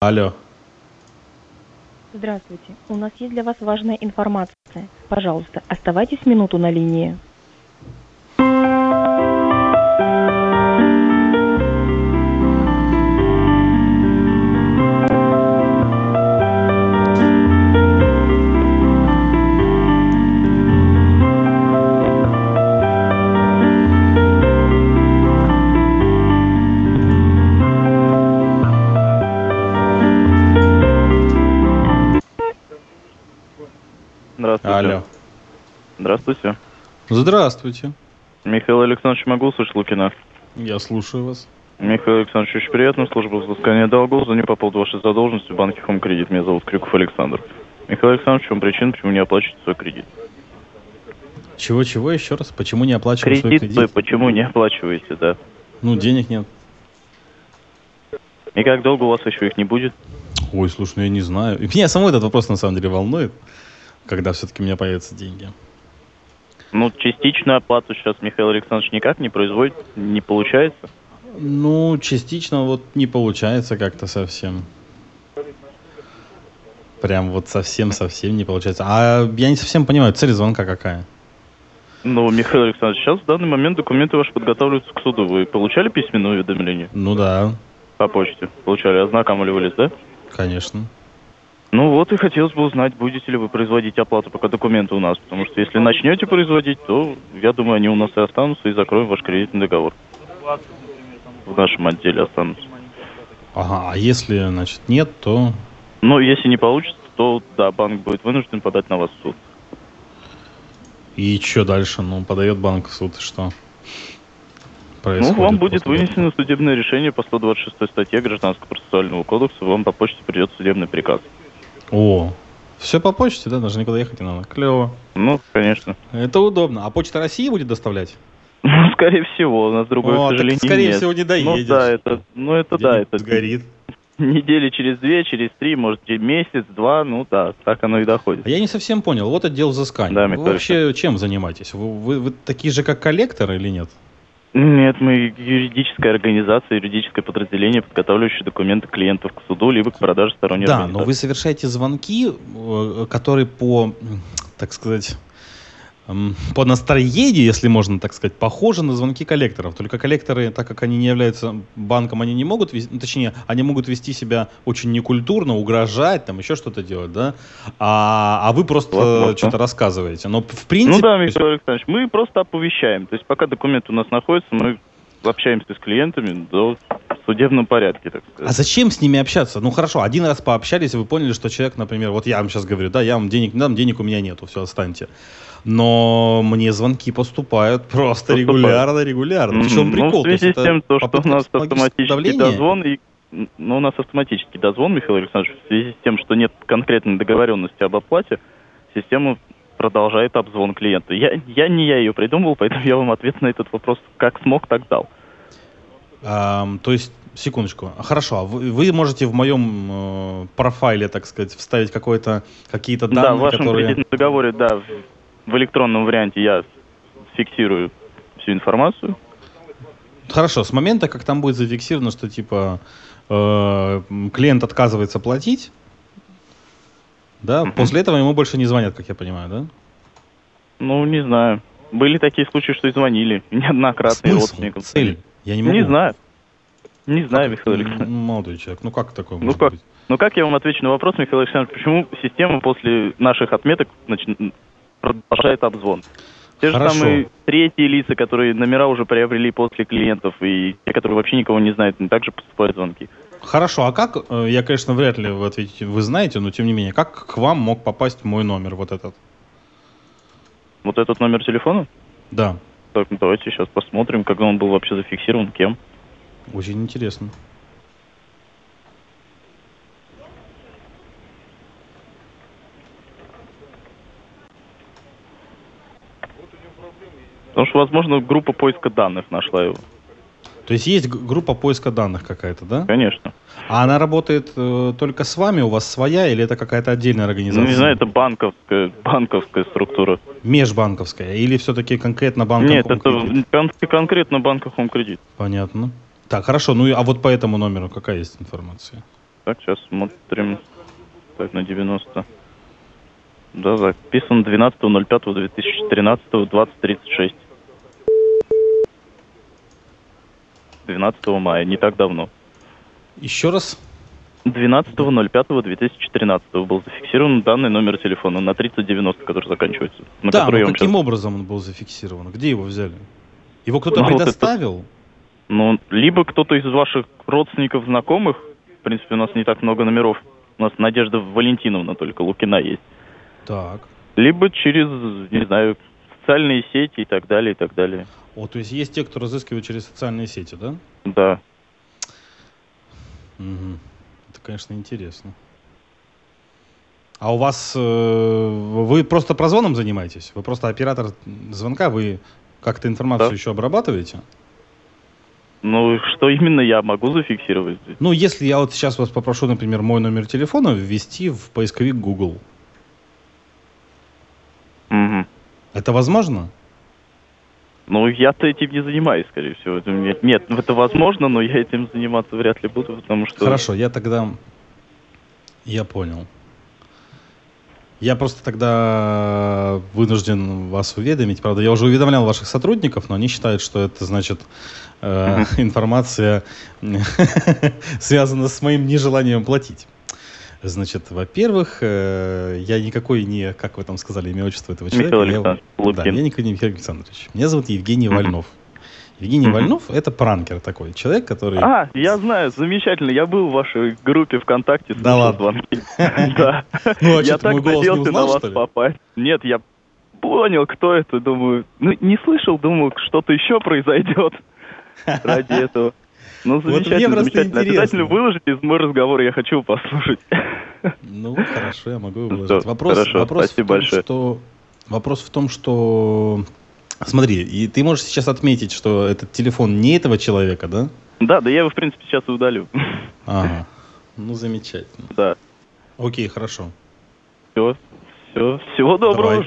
Алло, Здравствуйте. У нас есть для вас важная информация. Пожалуйста, оставайтесь минуту на линии. Здравствуйте. алло. Здравствуйте. Здравствуйте. Михаил Александрович, могу услышать Лукина? Я слушаю вас. Михаил Александрович, очень приятно. Служба взыскания долгов. Звоню по поводу вашей задолженности в банке Home Credit. Меня зовут Крюков Александр. Михаил Александрович, в чем причина, почему не оплачиваете свой кредит? Чего-чего еще раз? Почему не оплачиваю свой Кредит, вы кредит? почему не оплачиваете, да? Ну, денег нет. И как долго у вас еще их не будет? Ой, слушай, ну я не знаю. И меня самой этот вопрос на самом деле волнует, когда все-таки у меня появятся деньги. Ну, частичную оплату сейчас Михаил Александрович никак не производит, не получается. Ну, частично вот не получается как-то совсем. Прям вот совсем-совсем не получается. А я не совсем понимаю, цель звонка какая? Ну, Михаил Александрович, сейчас в данный момент документы ваши подготавливаются к суду. Вы получали письменное уведомление Ну да, по почте? Получали, ознакомливались, да? конечно. Ну вот и хотелось бы узнать, будете ли вы производить оплату пока документы у нас, потому что если начнете производить, то, я думаю, они у нас и останутся, и закроем ваш кредитный договор. В нашем отделе останутся. Ага, а если, значит, нет, то... Но если не получится, то, да, банк будет вынужден подать на вас в суд. И что дальше? Ну, подает банк в суд, и что? Происходит ну, вам будет после этого? вынесено судебное решение по 126 статье Гражданского процессуального кодекса, вам по почте придет судебный приказ. О, все по почте, да? Даже никуда ехать не надо. Клево. Ну, конечно. Это удобно. А почта России будет доставлять? Ну, скорее всего, у нас другой, О, к так сожалению, скорее нет. всего не ну, доедешь. да, это, ну, это да, Где-нибудь это сгорит. недели через две, через три, может, через месяц, два, ну да, так оно и доходит. А я не совсем понял. Вот отдел взыскания. Да, вы Михаил вообще чем занимаетесь? Вы, вы- вы такие же, как коллектор или нет? Нет, мы юридическая организация, юридическое подразделение, подготавливающее документы клиентов к суду, либо к продаже сторонней да, но организации. вы совершаете звонки, э, которые по, м, так сказать, м, по настроению, если можно так сказать, похожи на звонки коллекторов. Только коллекторы, так как они не являются банком, они не могут, вез- ну, точнее, они могут вести себя очень некультурно, угрожать, там еще что-то делать, да? А, а вы просто Возможно. что-то рассказываете. Но в Ну принципе... да, Михаил Александрович, мы просто оповещаем. То есть пока документ у нас находится, мы общаемся с клиентами до в судебном порядке, так А сказать. зачем с ними общаться? Ну хорошо, один раз пообщались, и вы поняли, что человек, например, вот я вам сейчас говорю, да, я вам денег не дам, денег у меня нету, все, отстаньте. Но мне звонки поступают просто Поступают. регулярно, регулярно. В чем Мгм. прикол? Ну, в То есть связи это с тем, то, что у попытка нас психологического автоматический давления? дозвон, и, м, ну, у нас автоматический дозвон, Михаил Александрович, в связи с тем, что нет конкретной договоренности об оплате, система продолжает обзвон клиента. Я, я не я ее придумывал, поэтому я вам ответ на этот вопрос как смог, так дал. Ам, то есть, секундочку. Хорошо, а вы, вы можете в моем э, профайле, так сказать, вставить какое-то, какие-то Да, в данные, вашем которые... кредитном договоре, да, в, в электронном варианте я фиксирую всю информацию. Хорошо, с момента, как там будет зафиксировано, что типа э, м, клиент отказывается платить, да, Мгм. после этого ему больше не звонят, как я понимаю, да? Ну, не знаю. Были такие случаи, что и звонили неоднократно и Смысл? родственникам. Цель? Я не могу. Не знаю. Не знаю, Михаил Александрович. М, Молодой человек, ну как такое Ну может как? быть? Ну как я вам отвечу на вопрос, Михаил Александрович, почему система после наших отметок начи- продолжает обзвон? Те Хорошо. же самые третьи лица, которые номера уже приобрели после клиентов, и те, которые вообще никого не знают, они также поступают звонки. Хорошо, а как, э, я, конечно, вряд ли вы ответите, вы знаете, но тем не менее, как к вам мог попасть мой номер вот этот? Вот этот номер телефона? Да, Так, ну давайте сейчас посмотрим, когда он был вообще зафиксирован, кем. очень интересно. Потому что, возможно, группа поиска данных нашла его. То есть есть г- группа поиска данных какая-то, да? Конечно. А она работает э, только с вами, у вас своя, или это какая-то отдельная Ну, организация? не знаю, это банковская, банковская структура. Межбанковская или все-таки конкретно банк? Нет, это кон- конкретно банка Home Credit. Понятно. Так, хорошо. Ну, и- а вот по этому номеру какая есть информация? Так, сейчас смотрим. Так, на 90. Да, записан 12.05.2013, 20.36. 12 мая, не так давно. Еще раз. 12.05.2013 был зафиксирован данный номер телефона на 3090, который заканчивается. На да, который я но вам каким щас- образом он был зафиксирован? Где его взяли? Его кто-то Ну, вот это- предоставил? Ну, либо кто-то из ваших родственников, знакомых, в принципе, у нас не так много номеров, у нас Надежда Валентиновна только, Лукина есть. Так. Либо через, не знаю, социальные сети и так далее, и так далее. О, то есть есть те, кто разыскивает через социальные сети, да? Да. Мгм. Это, конечно, интересно. А у вас э, вы просто прозвоном занимаетесь? Вы просто оператор звонка, вы как-то информацию Да. еще обрабатываете? Ну, что именно я могу зафиксировать здесь? Ну, если я вот сейчас вас попрошу, например, мой номер телефона ввести в поисковик Google, Мгм. это возможно? Ну, я-то этим не занимаюсь, скорее всего. Это мне- Нет, ну, это возможно, но я этим заниматься вряд ли буду, потому что... Хорошо, я тогда... Я понял. Я просто тогда вынужден вас уведомить. Правда, я уже уведомлял ваших сотрудников, но они считают, что это значит э, информация связана с моим нежеланием платить. Значит, во-первых, э, я никакой не, как вы там сказали, имя отчество этого человека. Михаил я- Александрович да, Лукин. я никакой не Михаил Александрович. Меня зовут Евгений Мгм. Вольнов. Евгений Мгм. Вольнов это пранкер такой, человек, который А, я знаю, замечательно. Я был в вашей группе ВКонтакте. Да слышал ладно. звонки. Да. Ну, а Я что, ты мой так голос не надеялся на узнал, вас что ли? попасть. Нет, я понял, кто это, думаю. Ну, не слышал, думал, что-то еще произойдет ради этого. Ну, мне замечательно, просто замечательно. интересно. Обязательно выложите из мой разговор, я хочу послушать. Ну, вот хорошо, я могу его Ну, Всё, выложить. Вопрос, хорошо, вопрос спасибо в том, большое. что... Вопрос в том, что... Смотри, и ты можешь сейчас отметить, что этот телефон не этого человека, да? Да, да я его, в принципе, сейчас и удалю. Ага. Ну, замечательно. Да. Окей, хорошо. Все, все, всего доброго. Давай.